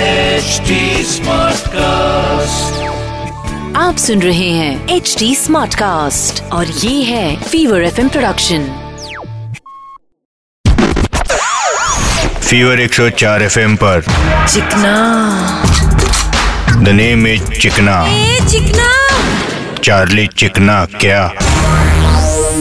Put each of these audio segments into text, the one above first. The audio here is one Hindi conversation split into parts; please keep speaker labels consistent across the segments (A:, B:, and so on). A: HD Smartcast.
B: आप सुन रहे हैं एच डी स्मार्ट कास्ट और ये है fever F production
C: fever 104 FM पर
B: चिकना
C: the name is Chikna
B: Chikna
C: Charlie Chikna क्या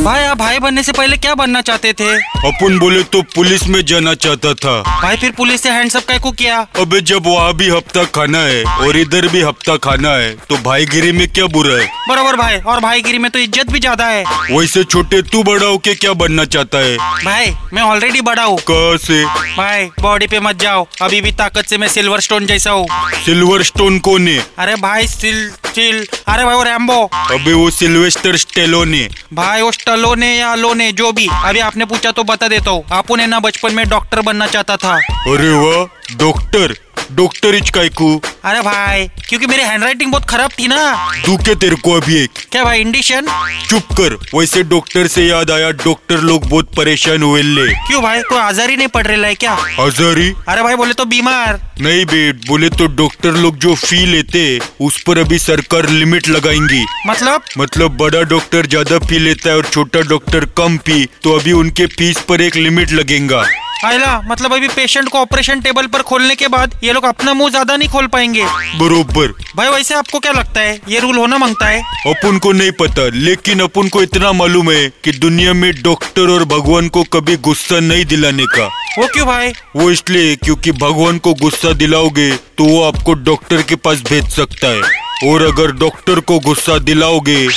D: भाई आप भाई बनने से पहले क्या बनना चाहते थे
E: अपन बोले तो पुलिस में जाना चाहता था
D: भाई फिर पुलिस से हैंडसअप का को किया
E: अबे जब वहाँ भी हफ्ता खाना है और इधर भी हफ्ता खाना है तो भाईगिरी में क्या बुरा है
D: बरोबर भाई और भाईगिरी में तो इज्जत भी ज्यादा है
E: वैसे छोटे तू बड़ा होके क्या बनना चाहता है
D: भाई मैं ऑलरेडी बड़ा हूँ
E: कहाँ से
D: भाई बॉडी पे मत जाओ अभी भी ताकत से मैं सिल्वर स्टोन जैसा हूँ
E: सिल्वर स्टोन कोने
D: अरे भाई सिल सिल अरे भाई वो रैम्बो
E: अबे वो सिल्वेस्टर स्टेलोने
D: भाई वो स्टलो ने या लो ने जो भी अभी आपने पूछा तो बता देता हूँ आपू ने ना बचपन में डॉक्टर बनना चाहता था
E: अरे वाह डॉक्टर डॉक्टर इच कायकू
D: अरे भाई क्योंकि मेरी हैंडराइटिंग बहुत खराब थी ना
E: दूके तेरे को अभी एक
D: क्या भाई इंडिशन
E: चुप कर वैसे डॉक्टर से याद आया डॉक्टर लोग बहुत परेशान हुए ले
D: क्यों भाई कोई आजारी नहीं पड़ रहा है क्या
E: आजारी
D: अरे भाई बोले तो बीमार
E: नहीं बेट बोले तो डॉक्टर लोग जो फी लेते उस पर अभी सरकार लिमिट लगाएंगी
D: मतलब
E: मतलब बड़ा डॉक्टर ज्यादा फी लेता है और छोटा डॉक्टर कम फी तो अभी उनके फीस पर एक लिमिट लगेगा
D: आयला मतलब अभी पेशेंट को ऑपरेशन टेबल पर खोलने के बाद ये लोग अपना मुंह ज्यादा नहीं खोल पाएंगे
E: बरोबर
D: भाई वैसे आपको क्या लगता है ये रूल होना मांगता है
E: अपन को नहीं पता लेकिन अपन को इतना मालूम है कि दुनिया में डॉक्टर और भगवान को कभी गुस्सा नहीं दिलाने का
D: वो क्यों भाई
E: वो इसलिए क्योंकि भगवान को गुस्सा दिलाओगे तो वो आपको डॉक्टर के पास भेज सकता है और अगर डॉक्टर को गुस्सा दिलाओगे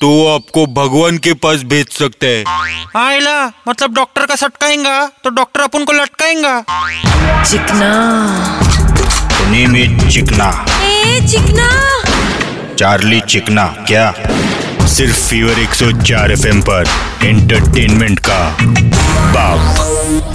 E: तो वो आपको भगवान के पास भेज सकता है
D: आयला मतलब डॉक्टर का सटकाएंगा तो डॉक्टर अपन को लटकाएंगा
B: Chikna
C: the name is Chikna
B: ए चिकना
C: चार्ली चिकना क्या सिर्फ फीवर 104 एफएम पर एंटरटेनमेंट का बाप